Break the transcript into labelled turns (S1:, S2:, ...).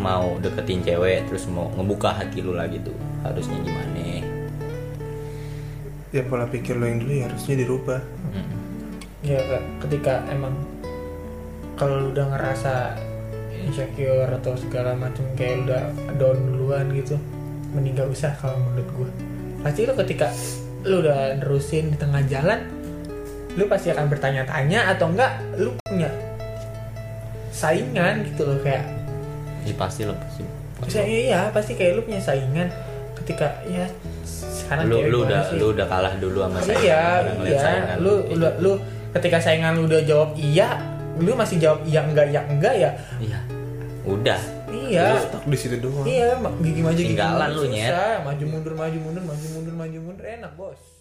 S1: mau deketin cewek terus mau ngebuka hati lu lah gitu harusnya gimana
S2: ya pola pikir lo yang dulu ya harusnya dirubah
S3: ya Kak, ketika emang kalau lu udah ngerasa insecure atau segala macam kayak udah down duluan gitu mending gak usah kalau menurut gue pasti lu ketika lu udah nerusin di tengah jalan lu pasti akan bertanya-tanya atau enggak lu punya saingan gitu loh kayak
S1: ya pasti lah pasti
S3: saya iya pasti kayak lu punya saingan ketika ya sekarang
S1: lu
S3: cewek
S1: lu
S3: gimana
S1: udah
S3: sih?
S1: lu udah kalah dulu sama saya kan?
S3: iya iya lu lu lu ketika saingan lu udah jawab iya lu masih jawab iya enggak iya enggak ya
S1: iya udah
S3: iya
S2: Lo stuck di situ doang
S3: iya ma- gigi maju gigi
S1: Tinggalan
S3: mundur
S1: lu, Nyet.
S3: susah. maju mundur maju mundur maju mundur maju mundur enak bos